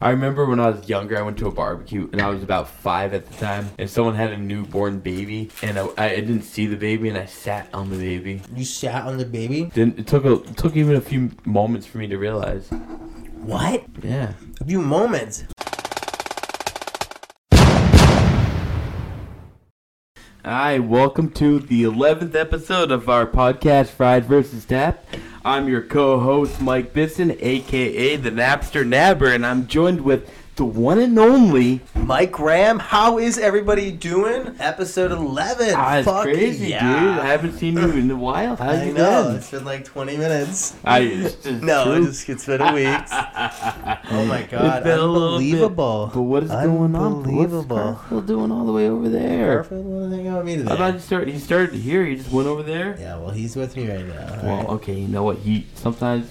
I remember when I was younger, I went to a barbecue and I was about five at the time, and someone had a newborn baby, and I, I didn't see the baby, and I sat on the baby. You sat on the baby. Didn't it took a it took even a few moments for me to realize. What? Yeah. A few moments. All right, welcome to the eleventh episode of our podcast, Fried versus Tap. I'm your co-host Mike Bisson, aka the Napster Nabber, and I'm joined with the one and only. Mike Ram, how is everybody doing? Episode eleven. Ah, it's Fuck crazy, yeah. dude. I haven't seen you in a while. How's I you know. been? It's been like twenty minutes. I it's just No, true. it's just it's been a week. oh my god, It's been a little bit, unbelievable. But what is going on? But What's Unbelievable. Garfield doing all the way over there? Garfield wanna hang out with me I thought today. he started. He started here. He just went over there. Yeah, well, he's with me right now. Well, alright? okay. You know what? He sometimes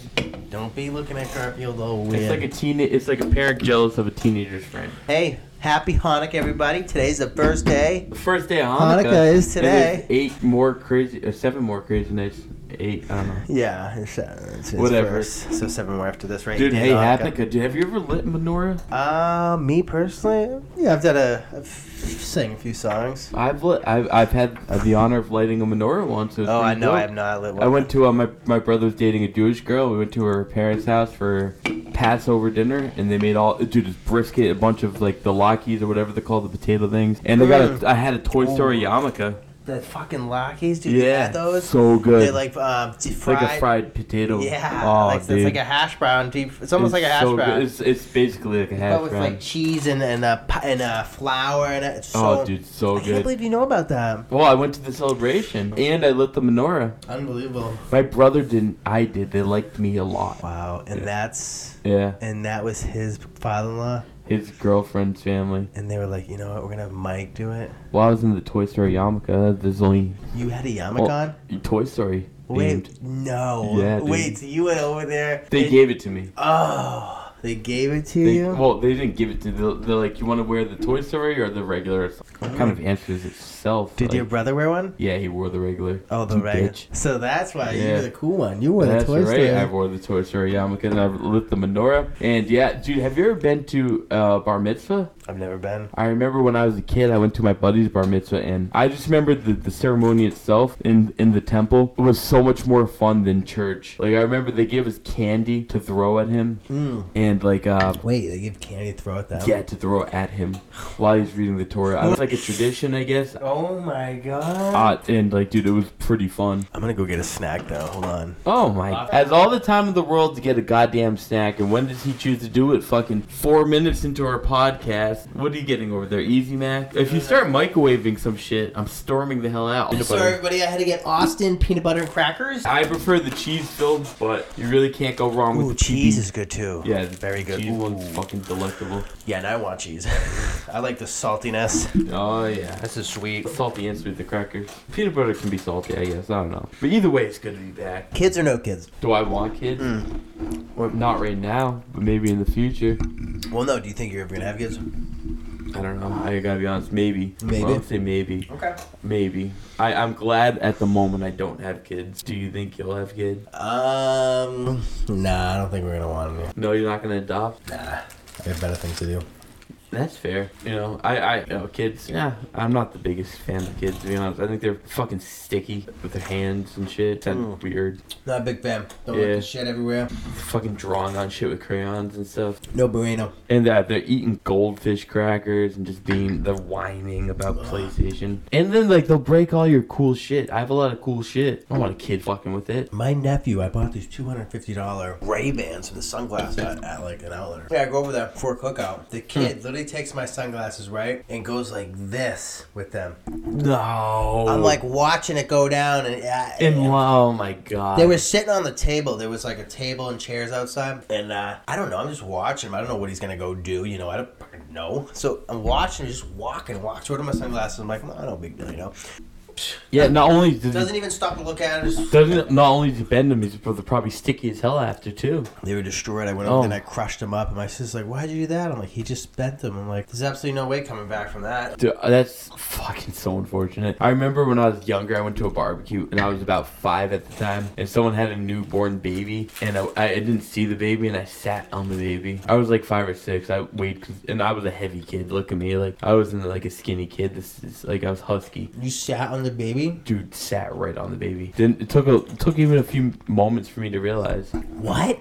Don't be looking at Garfield all weird. it's like a teen. It's like a parent jealous of a teenager's friend. Hey, happy Hanukkah, everybody. Today's the first day. The first day of Hanukkah, Hanukkah is and there's today. Eight more crazy, or seven more crazy nights. Eight. I don't know. Yeah, it's, uh, it's- it's Whatever. first. So seven more after this, right? Dude, Day hey, Hanukkah. Hanukkah. Dude, have you ever lit menorah? Uh, me personally, yeah, I've done a, I've sang a few songs. I've lit. I've, I've had the honor of lighting a menorah once. It was Oh, I pretty know, dope. I have not lit one. I went to uh, my my brother was dating a Jewish girl. We went to her parents' house for Passover dinner, and they made all dude it's brisket, a bunch of like the lockies or whatever they're called, the potato things. And they got a, I had a Toy Oh Story yarmulke. the fucking lockies, dude. you Yeah, had those. so good. They're like uh, deep it's like fried. a fried potato. Yeah, oh, like, dude. it's like a hash brown. Deep. It's almost like a It's hash so good. brown, It's, it's basically like a hash but with brown. like cheese and and uh, pi- and uh, flour and it. It's so, oh, dude, so I can't good. believe you know about that. well, I went to the celebration and I lit the menorah. Unbelievable. My brother didn't. I did. They liked me a lot. Wow, and Yeah. that's Yeah, and that was his father-in-law, his girlfriend's family. and they were like, you know what, we're gonna have Mike do it. While I was in the Toy Story yarmulke, there's only You had a yarmulke Well, on. Toy Story. Wait, themed. no. Yeah, dude. Wait, so you went over there. They and- gave it to me. Oh, they gave it to They, you. well, they didn't give it to. They're, they're like, you want to wear the Toy Story or the regular? It kind of answers itself. Did like- your brother wear one? Yeah, he wore the regular. Oh, the You right. bitch. So that's why you Yeah. were the cool one. You were That's the Toy right. Story. I wore the Toy Story yarmulke and I lit the menorah. And yeah, dude, have you ever been to uh, bar mitzvah? I've never been. I remember when I was a kid, I went to my buddy's bar mitzvah, and I just remember the, the ceremony itself in in the temple was so much more fun than church. Like I remember they gave us candy to throw at him, Mm. and like uh, Wait, they give candy to throw at them. yeah, to throw at him while he's reading the Torah. It was like a tradition, I guess. Oh my god. Uh, and like, dude, it was pretty fun. I'm gonna go get a snack though. Hold on. Oh my! Has all the time in the world to get a goddamn snack, and when does he choose to do it? Fucking four minutes into our podcast. What are you getting over there, Easy Mac? If you start microwaving some shit, I'm storming the hell out. Peanut So butter. everybody, I had to get Austin peanut butter and crackers. I prefer the cheese filled, but you really can't go wrong with Ooh, the cheese is good too. Yeah, the very good. Cheese one's Ooh. fucking delectable. Yeah, and I want cheese. I like the saltiness. Oh yeah. This is sweet. Salty and sweet the crackers. Peanut butter can be salty, I guess. I don't know. But either way, it's good to be back. Kids or no kids? Do I want kids? Well, not right now, but maybe in the future. Well, no. Do you think you're ever gonna have kids? I don't know. I gotta be honest. Maybe. Maybe. I'll say maybe. Okay. Maybe. I, I'm glad at the moment I don't have kids. Do you think you'll have kids? Um, nah, I don't think we're gonna want any. No, you're not gonna adopt. Nah, I have better things to do. That's fair. You know, I, I, you know, kids. Yeah, I'm not the biggest fan of kids to be honest. I think they're fucking sticky with their hands and shit. That's Mm. weird. Not a big fan. Don't Yeah. let the shit everywhere. Fucking drawing on shit with crayons and stuff. No bueno. And that they're eating goldfish crackers and just being they're whining about PlayStation. And then like they'll break all your cool shit. I have a lot of cool shit. I don't want a kid fucking with it. My nephew, I bought these two hundred fifty dollar Ray Bans from the sunglass at, at like an outlet. Yeah, I go over there for a cookout. The kid literally takes my sunglasses right and goes like this with them. No. I'm like watching it go down and. Uh, in oh my god. They were sitting on the table. There was like a table and chairs outside, and uh, I don't know. I'm just watching him. I don't know what he's gonna go do. You know, I don't fucking know. So I'm watching, just walking, walking. What are my sunglasses? I'm like, no, no big deal, you know. Yeah, not only does Doesn't he, even stop to look at it. just- doesn't not only does he bend them, he's probably probably sticky as hell after too. They were destroyed. I went Oh. over and I crushed them up. And my sister's like, "Why'd you do that?" I'm like, "He just bent them." I'm like, "There's absolutely no way coming back from that." Dude, uh, that's fucking so unfortunate. I remember when I was younger, I went to a barbecue and I was about five at the time, and someone had a newborn baby, and I, I didn't see the baby, and I sat on the baby. I was like five or six. I weighed, and I was a heavy kid. Look at me, like I wasn't like a skinny kid. This is like I was husky. You sat on the baby. Dude sat right on the baby. Didn't it took a it took even a few moments for me to realize. What?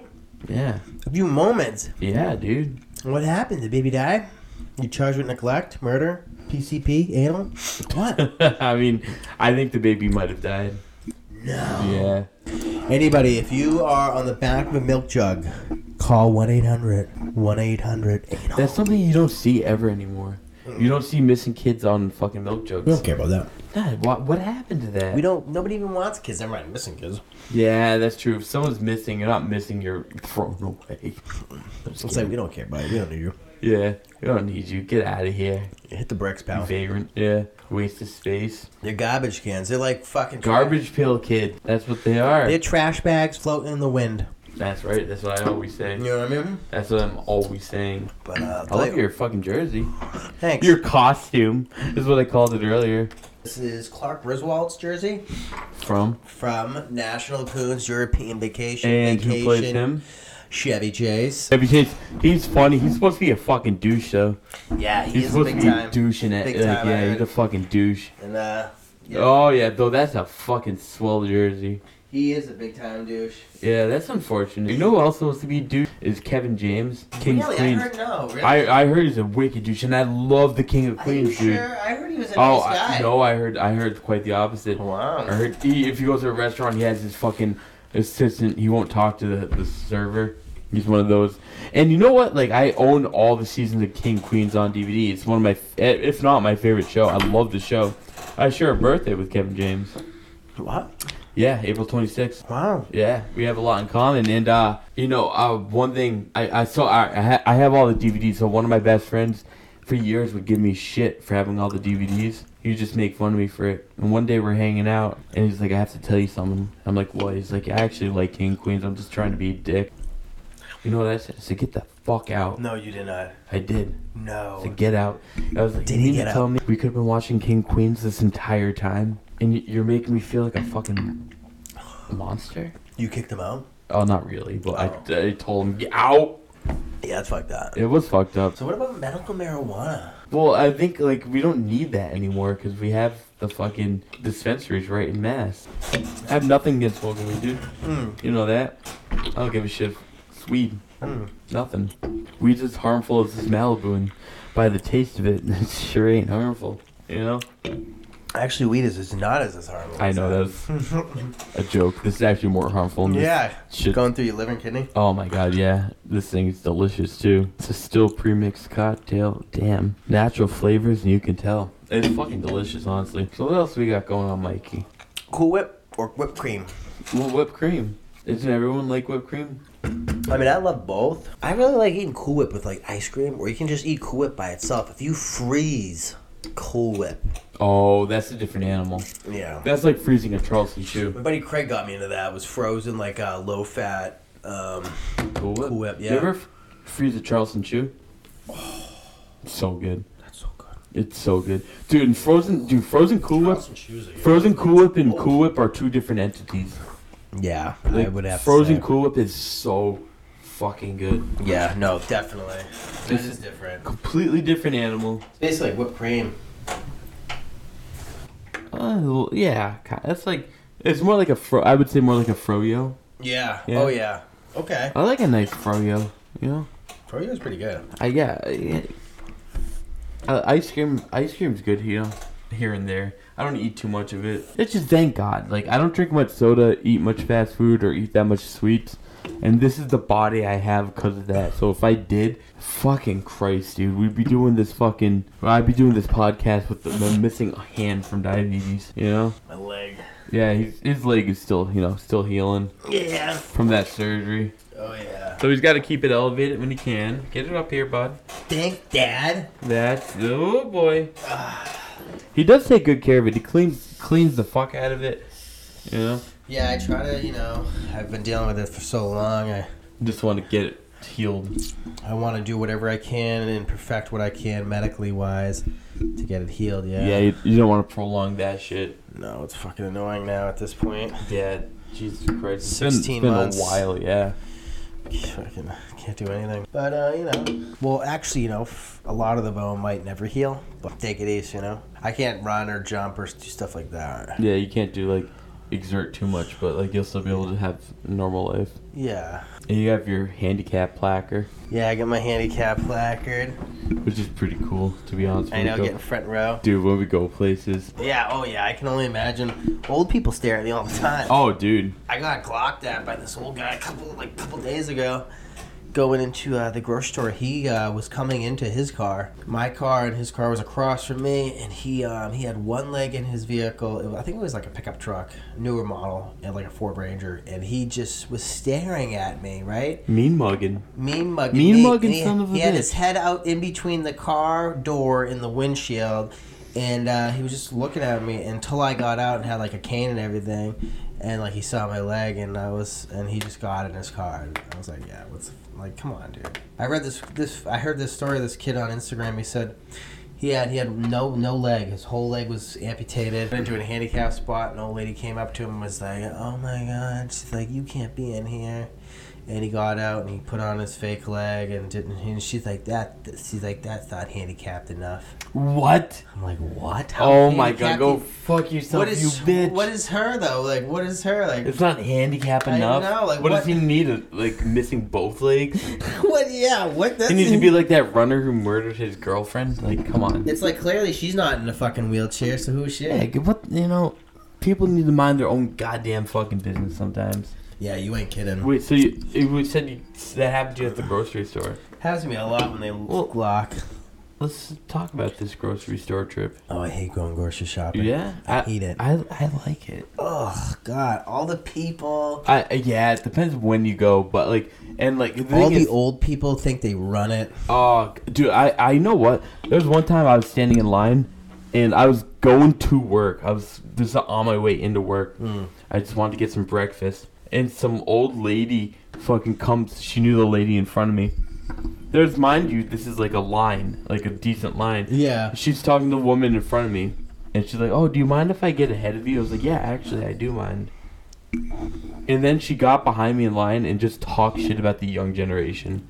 Yeah, A few moments. yeah, dude. What happened? Did baby die? You charged with neglect, murder, PCP, anal? What? I mean, I think the baby might have died. no. Yeah. Anybody, if you are on the back of a milk jug, call 1 800 1 800 anal. That's something you don't see ever anymore. You don't see missing kids on fucking milk We jugs. don't care about that. God, what, what happened to that? We don't, nobody even wants kids. Never mind, missing kids. yeah, that's true. If someone's missing, you're not missing. You're thrown away. I'm just It's like, kidding. we don't care about it. We don't need you. yeah, we don't need you. Get out of here, Hit the bricks, you pal. vagrant. Yeah, waste of space. They're garbage cans. They're like fucking trash- Garbage pail kid. That's what they are. They're trash bags floating in the wind. That's right. That's what I always say. You know what I mean? That's what I'm always saying. But, uh, I love your fucking jersey. thanks. Your costume is what I called it earlier. this is Clark Griswold's jersey. From from National Coons European Vacation. and Vacation who plays him? Chevy Chase. Chevy Chase, he's funny. He's supposed to be a fucking douche, though. Yeah, he He's is a supposed big to be time. douching it. Big like, time, I yeah, he's heard. a fucking douche. And uh, yeah, Oh yeah, though that's a fucking swell jersey. he is a big time douche. Yeah, that's unfortunate. You know who else is supposed to be a douche is Kevin James, King of really, Queens. I heard no. Really, I, I heard he's a wicked douche, and I love the King of Are you Queens, dude. sure? I heard he was a Oh nice guy. I, no, I heard I heard quite the opposite. Wow. I heard he, if he goes to a restaurant, he has his fucking assistant. He won't talk to the, the server. He's one of those. And you know what? Like I own all the seasons of King Queens on DVD. It's one of my, f- eh, if not my favorite show. I love the show. I share a birthday with Kevin James. What? Yeah, April 26th. Wow. Yeah, we have a lot in common, and uh, you know, uh, one thing I, I saw I, I ha- I have all the DVDs. So one of my best friends for years would give me shit for having all the DVDs. He would just make fun of me for it. And one day we're hanging out, and he's like, "I have to tell you something." I'm like, "What?" He's like, "I actually like King Queens. I'm just trying to be a dick." You know what I said? I said, "Get the fuck out." No, you did not. I did. I No. said, "Get out." I was like, Did "You he mean to get tell me we could have been watching King Queens this entire time, and y- you're making me feel like a fucking monster?" You kicked him out. Oh, not really, but I, I told him get out. Yeah, it's like that. Oh. It was fucked up. So what about medical marijuana? Well, I think like we don't need that anymore because we have the fucking dispensaries right in Mass. I have nothing against smoking weed, dude. Mm. You know that. I don't give a shit. It's weed, Mm. nothing. Weed's as harmful as this Malibu, and by the taste of it, it sure ain't harmful. You know. Actually, weed is, is not as, as harmful. I as know that. that's a joke. This is actually more harmful. than this Yeah. Shit. Going through your liver and kidney. Oh my god, yeah. This thing's delicious too. It's a still pre-mixed cocktail. Damn. Natural flavors and you can tell. It's fucking delicious, honestly. So what else we got going on, Mikey? Cool Whip or whipped cream. Well, whipped cream. Isn't everyone like whipped cream? I mean, I love both. I really like eating Cool Whip with like ice cream, or you can just eat Cool Whip by itself. If you freeze Cool Whip, Oh, that's a different animal. yeah. That's like freezing a Charleston chew. My buddy Craig got me into that. It was frozen like uh, low fat. Um, Cool whip. Cool Whip, You yeah. ever f- freeze a Charleston chew? So good. That's so good. It's so good. Dude, and frozen dude, frozen cool whip. Frozen Cool Whip and Cool Whip are two different entities. Yeah, I Like, would have frozen To say. Cool Whip is so fucking good. Yeah, no, definitely. This This is is- different. Completely different animal. It's basically like whipped cream. Uh, yeah, ki- that's like it's more like a fro. I would say more like a froyo. Yeah. Yeah. Oh yeah. Okay. I like a nice froyo. You know, Froyo's pretty good. I yeah. I, uh, ice cream, ice cream's good here, here and there. I don't eat too much of it. It's just thank God. Like I don't drink much soda, eat much fast food, or eat that much sweets. And this is the body I have because of that. So if I did, fucking Christ, dude, we'd be doing this fucking. I'd be doing this podcast with the, the missing hand from diabetes. You know. My leg. Yeah, he's, his leg is still, you know, still healing Yeah. from that surgery. Oh yeah. So he's got to keep it elevated when he can. Get it up here, bud. Thanks, Dad. That's oh boy. He does take good care of it. He cleans cleans the fuck out of it. You know, Yeah, I try to, you know, I've been dealing with it for so long. I, just want to get it healed. I want to do whatever I can and perfect what I can medically wise to get it healed. Yeah. Yeah, you, you don't want to prolong that shit. No, it's fucking annoying now at this point. Yeah, Jesus Christ, it's been- 16 it's been months. a while. Yeah, Fucking can't do anything. But uh, you know, well, actually, you know, f- a lot of the bone might never heal. But take it easy, you know. I can't run or jump or s- do stuff like that. yeah, you can't do like exert too much, but like you'll still be able to have a normal life. Yeah. And you have your handicap placard, Yeah, I got my handicap placard. which is pretty cool, to be honest. I when we know, go- getting front row. Dude, when we go places. Yeah, oh yeah, I can only imagine. Old people stare at me all the time. Oh, dude. I got clocked at by this old guy a couple like couple days ago. Going into uh, the grocery store, he uh, was coming into his car. My car and his car was across from me, and he um, he had one leg in his vehicle. It was, I think it was like a pickup truck, newer model, and like a Ford Ranger. And he just was staring at me, right? Mean mugging. Mean mugging. Mean me, mugging and he, son of a He had bitch. his head out in between the car door and the windshield, and uh, he was just looking at me until I got out and had like a cane and everything, and like he saw my leg and I was and he just got in his car. And I was like, yeah, what's like, come on, dude. I read this this I heard this story of this kid on Instagram. He said. He had he had no no leg. His whole leg was amputated. Went into a handicap spot. An old lady came up to him and was like, "Oh my god!" She's like, "You can't be in here." And he got out and he put on his fake leg and didn't. And she's like, "That." She's like, "That's not handicapped enough." What? I'm like, "What? How Oh my god, handicapped go you- fuck yourself, What is you bitch. what is her though? Like, what is her like? It's not handicap I enough. know, like, what, does he what- need? A, like missing both legs? what? Yeah. What? That's, He needs to be like that runner who murdered his girlfriend. Like, come on. It's like clearly she's not in a fucking wheelchair. So who is she? Yeah, Yeah, g- what you know? People need to mind their own goddamn fucking business sometimes. you ain't kidding. Wait, so you, you said you, that happened to you at the grocery store? Happens to me a lot when they Well- lock. Let's talk about this grocery store trip. Oh, I hate going grocery shopping. Yeah, I hate it. I I like it. Oh God, all the people. I yeah, it depends when you go, but like and like the thing All the is, old people think they run it. Oh, dude, I, I you know what? There was one time I was standing in line, and I was going to work. I was just on my way into work. I just wanted to get some breakfast, and some old lady fucking comes. She knew the lady in front of me. There's, mind you, this is like a line, like a decent line. Yeah. She's talking to the woman in front of me, and she's like, "Oh, do you mind if I get ahead of you?" I was like, "Yeah, actually, I do mind." And then she got behind me in line and just talked shit about the young generation,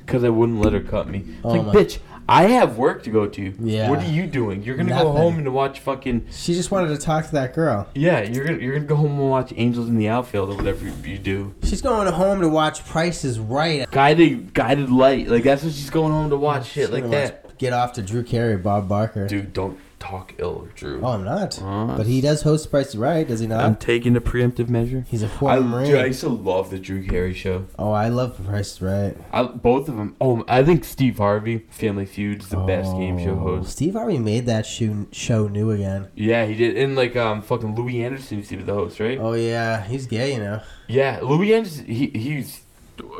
because I wouldn't let her cut me. It's Oh like, my- bitch, I have work to go to. Yeah. What are you doing? You're gonna go Nothing. home and watch fucking She just wanted to talk to that girl. yeah. You're gonna you're gonna go home and watch Angels in the Outfield or whatever you- you do. She's going home to watch Price is Right. Guided guided light, like that's what she's going home to watch shit like Gonna that. watch Get off to Drew Carey, Bob Barker. Dude, don't talk ill, Drew. Oh, I'm not. Oh. But he does host Price is Right, does he not? I'm taking a preemptive measure. He's a I, former Marine. dude, I used to love the Drew Carey show. oh, I love Price is Right. I, both of them. Oh, I think Steve Harvey, Family Feud's the best game show Oh, host. Steve Harvey made that shoe, show new again. Yeah, he did. And like um, fucking Louis Anderson used to be the host, right? Oh yeah, he's gay, you know. Yeah, Louis Anderson. He he's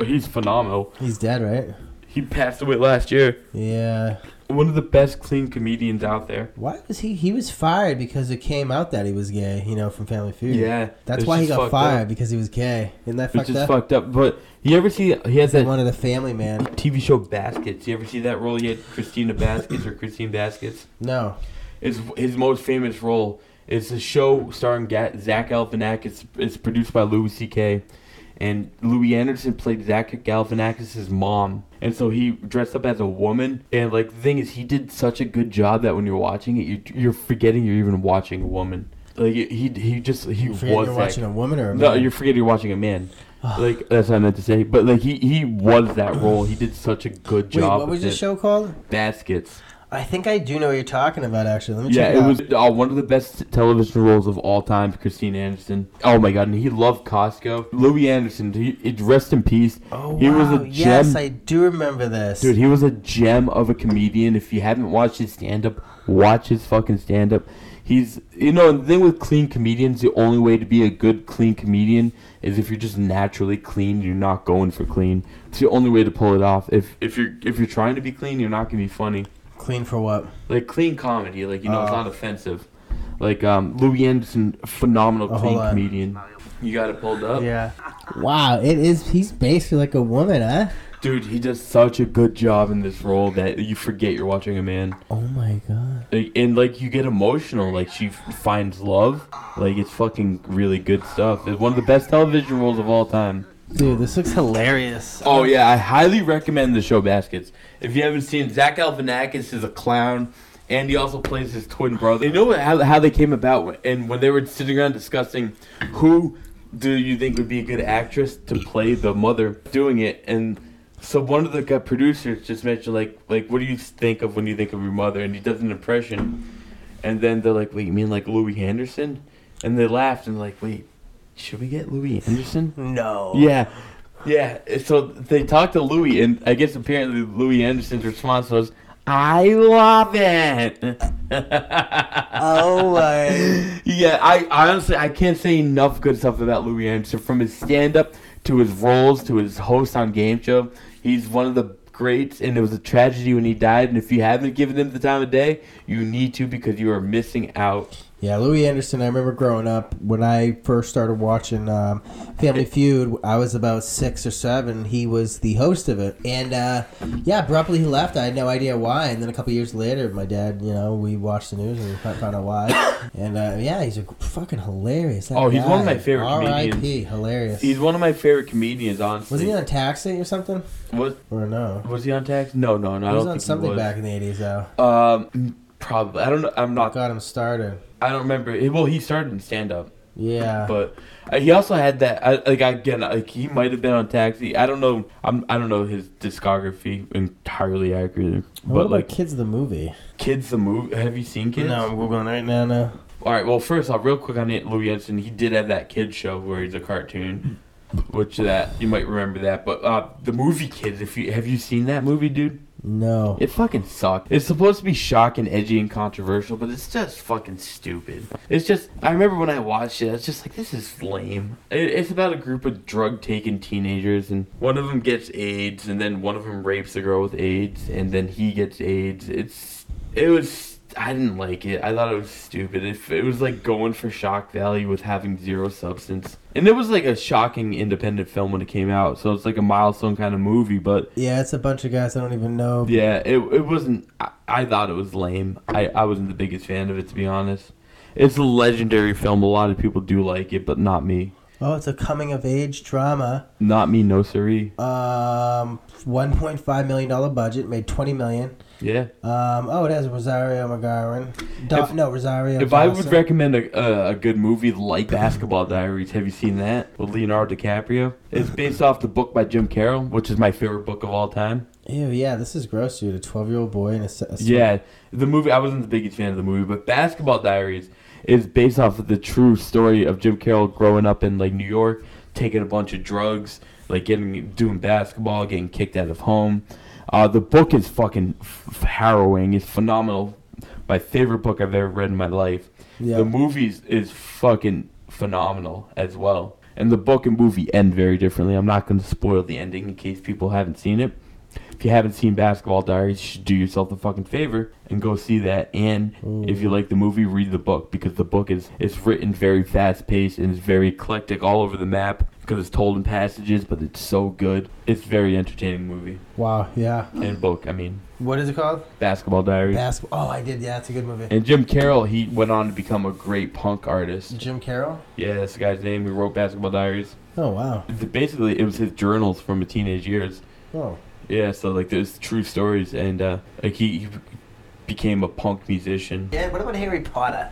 he's phenomenal. He's dead, right? He passed away last year. Yeah. One of the best clean comedians out there. Why was he? He was fired because it came out that he was gay. You know, from Family Feud. Yeah, That's it's why he just got fucked fired Up. because he was gay. Isn't that It's fucked just up? fucked up. But you ever see? He has He's that one of the Family Man. TV show Baskets. You ever see that role? He had Christina Baskets or Christine Baskets. No. His his most famous role is a show starring Ga- Zach Galifianakis. It's, it's produced by Louis C.K. And Louis Anderson played Zach Galifianakis' mom, and so he dressed up as a woman. And like the thing is, he did such a good job that when you're watching it, you, you're forgetting you're even watching a woman. Like he he just he You was forget you're that- watching a woman or a no, man. you forget you're watching a man. like that's what I meant to say. But like he he was that role. He did such a good Wait, job. what was with the it. show called? Baskets. I think I do know what you're talking about. Actually, let me Yeah, check it it out. was uh, one of the best television roles of all time, Christine Anderson. Oh my god, and he loved Costco. Louis Anderson, he, it- rest in peace. Oh he wow! was a gem, yes, I do remember this. dude. He was a gem of a comedian. If you haven't watched his stand up, watch his fucking stand up. He's, you know, the thing with clean comedians, the only way to be a good clean comedian is if you're just naturally clean. You're not going for clean. It's the only way to pull it off. If if you're if you're trying to be clean, you're not gonna be funny. Clean for what? Like clean comedy, like you know, it's Uh, not offensive. Like um, Louis Anderson, phenomenal Oh, clean hold on. comedian. You got it pulled up, Yeah. Wow, it is. He's basically like a woman, huh? dude. He does such a good job in this role that you forget you're watching a man, Oh my god. Like, and like you get emotional. Like she f- finds love. Like it's fucking really good stuff. It's one of the best television roles of all time. Dude, this looks hilarious. Oh yeah, I highly recommend the show Baskets. If you haven't seen, Zach Galifianakis is a clown, and he also plays his twin brother. You know what, how how they came about, and when they were sitting around discussing who do you think would be a good actress to play the mother doing it, and so one of the gu- producers just mentioned like like what do you think of when you think of your mother, and he does an impression, and then they're like, wait, you mean like Louis Anderson? And they laughed and like, wait, should we get Louis Anderson? No. Yeah. Yeah. So they talked to Louis, and I guess apparently Louis Anderson's response was, I love it. Oh my. yeah, I honestly, I can't say enough good stuff about Louis Anderson from his stand up to his roles to his host on Game Show. He's one of the greats, and it was a tragedy when he died. And if you haven't given him the time of day, you need to because you are missing out. Yeah, Louis Anderson. I remember growing up when I first started watching um, Family Feud. I was about six or seven. He was the host of it, and uh, yeah, abruptly he left. I had no idea why. And then a couple years later, my dad, you know, we watched the news and we fi- found out why. And uh, yeah, he's a fucking hilarious. that Oh, he's one of guy. my favorite R.I.P. comedians. Hilarious. He's one of my favorite comedians, honestly. Wasn't he on Taxi or something? was, Or no? was he on tax? No, no, no. I He was don't on think he something was. back in the '80s though. Um, probably. I don't know. I'm not. Got him started. I don't remember. He- Well, he started in stand up, Yeah. but uh, he also had that. I, like again, like he might have been on Taxi. I don't know. I'm. I don't know his discography entirely accurate. what But about like Kids the movie? Kids the movie. Have you seen Kids? No, I'm googling right now. No. All right. Well, first off, real quick on it, Louis Anderson. He did have that kid show where he's a cartoon. Which that you might remember that, but uh, the movie Kids. If you have you seen that movie, dude? No. It fucking sucked. It's supposed to be shocking, edgy, and controversial, but it's just fucking stupid. It's just, I remember when I watched it, I was just like, this is lame. It, it's about a group of drug taking teenagers, and one of them gets AIDS, and then one of them rapes a girl with AIDS, and then he gets AIDS. It's, it was, I didn't like it. I thought it was stupid. It, it was like going for shock value with having zero substance. And it was like a shocking independent film when it came out, so it's like a milestone kind of movie, but Yeah, it's a bunch of guys I don't even know. yeah, it it wasn't. I, I thought it was lame. I, I wasn't the biggest fan of it to be honest. It's a legendary film. A lot of people do like it, but not me. Oh, it's a coming of age drama. Not me, no siree. Um, one point five million dollar budget, made twenty million. Yeah. Um, oh, it has Rosario McGowan. Do- If- no, Rosario. If I would Dawson. recommend a, a, a good movie like Basketball Diaries, have you seen that with Leonardo DiCaprio? It's based off the book by Jim Carroll, which is my favorite book of all time. Ew, yeah, this is gross, dude. A twelve year old boy and a, se- a se- Yeah, the movie. I wasn't the biggest fan of the movie, but Basketball Diaries is based off of the true story of Jim Carroll growing up in like New York, taking a bunch of drugs, like getting doing basketball, getting kicked out of home. Uh, the book is fucking f- harrowing. It's phenomenal. My favorite book I've ever read in my life. Yeah. The movies is fucking phenomenal as well. And the book and movie end very differently. I'm not going to spoil the ending in case people haven't seen it. If you haven't seen Basketball Diaries, you should do yourself the fucking favor and go see that. And if you like the movie, read the book because the book is it's written very fast paced and it's very eclectic all over the map because it's told in passages, but it's so good. It's very entertaining movie Wow. Yeah. and book. I mean, What is it called? Basketball Diaries. Basketball. Oh, I did. Yeah, it's a good movie. and Jim Carroll, he went on to become a great punk artist. Jim Carroll. Yeah, that's the guy's name. He wrote Basketball Diaries. Oh wow. Basically, it was his journals from his teenage years. Oh. Yeah, so like there's true stories, and uh, like he, he became a punk musician. Yeah. What about Harry Potter?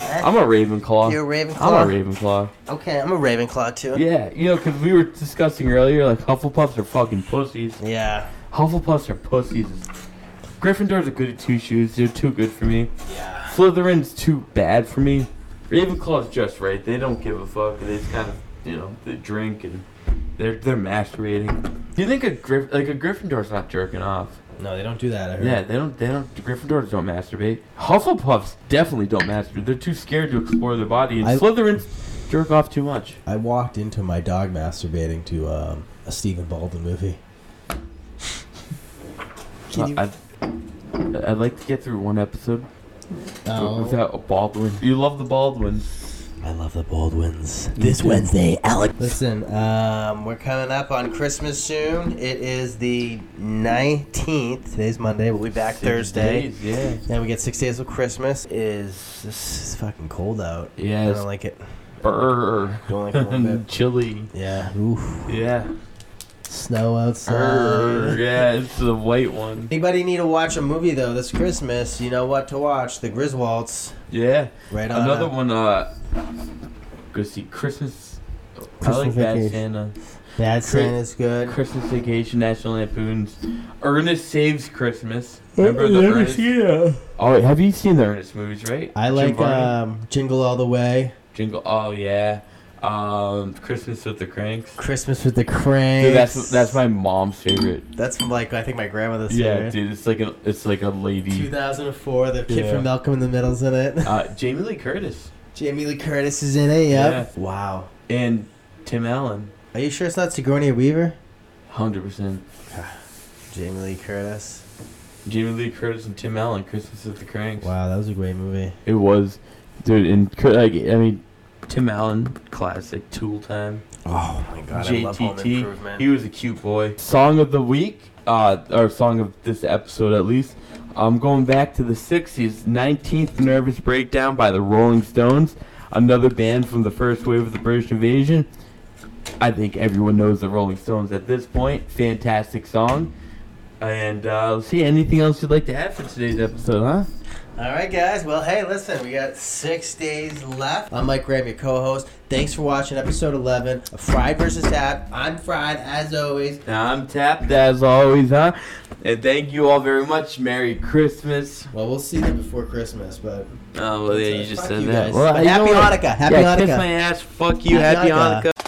I'm a Ravenclaw. You're a Ravenclaw. Um, I'm a Ravenclaw. Okay, I'm a Ravenclaw too. Yeah, you know, because we were discussing earlier, like Hufflepuffs are fucking pussies. Yeah. Hufflepuffs are pussies. Gryffindor's a good at two shoes. They're too good for me. Yeah. Slytherin's too bad for me. Ravenclaw's just right. They don't give a fuck. They just kind of, you know, they drink and they're they're masturbating. Do you think a Gryff- like a Gryffindor's not jerking off? No, they don't do that. I heard. Yeah, they don't. They don't. The Gryffindors don't masturbate. Hufflepuffs definitely don't masturbate. They're too scared to explore their body. And I- Slytherins jerk off too much. I walked into my dog masturbating to um, a Stephen Baldwin movie. Can you, I- Uh, I'd like to get through one episode Oh. without a Baldwin. You love the Baldwin. I love the Baldwins. This Wednesday, Alex. Listen, um, we're coming up on Christmas soon. It is the 19th. Today's Monday. We'll be back Six Thursday. days, yeah. And we get six days of Christmas. It Is this is fucking cold out? Yeah, I it's don't like it. Brr. Don't like it one bit. Chili. Yeah. Oof. Yeah. Snow Brr. outside. Yeah, it's the white one. Anybody need to watch a movie though this Christmas? You know what to watch? The Griswolds. Yeah. Right on. Another up. one, uh, go see Christmas. I Christmas like Bad Vacation. Santa. Bad Chri- Santa's good. Christmas Vacation, National Lampoon's. Ernest Saves Christmas. Remember the Ernest? yeah. Oh, have you seen the Ernest movies, right? I Jim like Varney? um, Jingle All the Way, Jingle. Oh yeah. Um, Christmas with the Cranks. Christmas with the Cranks. Dude, that's that's my mom's favorite. That's from, like I think my grandmother's yeah, favorite. dude, it's like a it's like a lady. 2004, the kid Yeah. from Malcolm in the Middle's in it. Uh, Jamie Lee Curtis Jamie Lee Curtis is in it. Yep. Wow. and Tim Allen, Are you sure it's not Sigourney Weaver? hundred percent. Jamie Lee Curtis. Jamie Lee Curtis and Tim Allen, Christmas with the Cranks. Wow, that was a great movie. It was, dude, and Cur- like I mean, Tim Allen, classic Tool time. Oh my god, I love Home JTT. Improvement. He was a cute boy. Song of the week, uh, or song of this episode at least. I'm going back to the 60s, 19th Nervous Breakdown by the Rolling Stones, another band from the first wave of the British invasion. I think everyone knows the Rolling Stones at this point. Fantastic song. And uh, let's see, anything else you'd like to add for today's episode, huh? All right, guys. Well, hey, listen, we got six days left. I'm Mike Graham, your co-host. Thanks for watching episode 11 of Fried versus Tap. I'm Fried, as always. I'm tapped as always, huh? And thank you all very much. Merry Christmas. Well, we'll see them before Christmas, but Oh, well, yeah, you just Fuck said you that. guys. Well, But you know happy what? Hanukkah. Happy yeah, Kiss Hanukkah. my ass. Fuck you. Happy Happy Hanukkah. Hanukkah.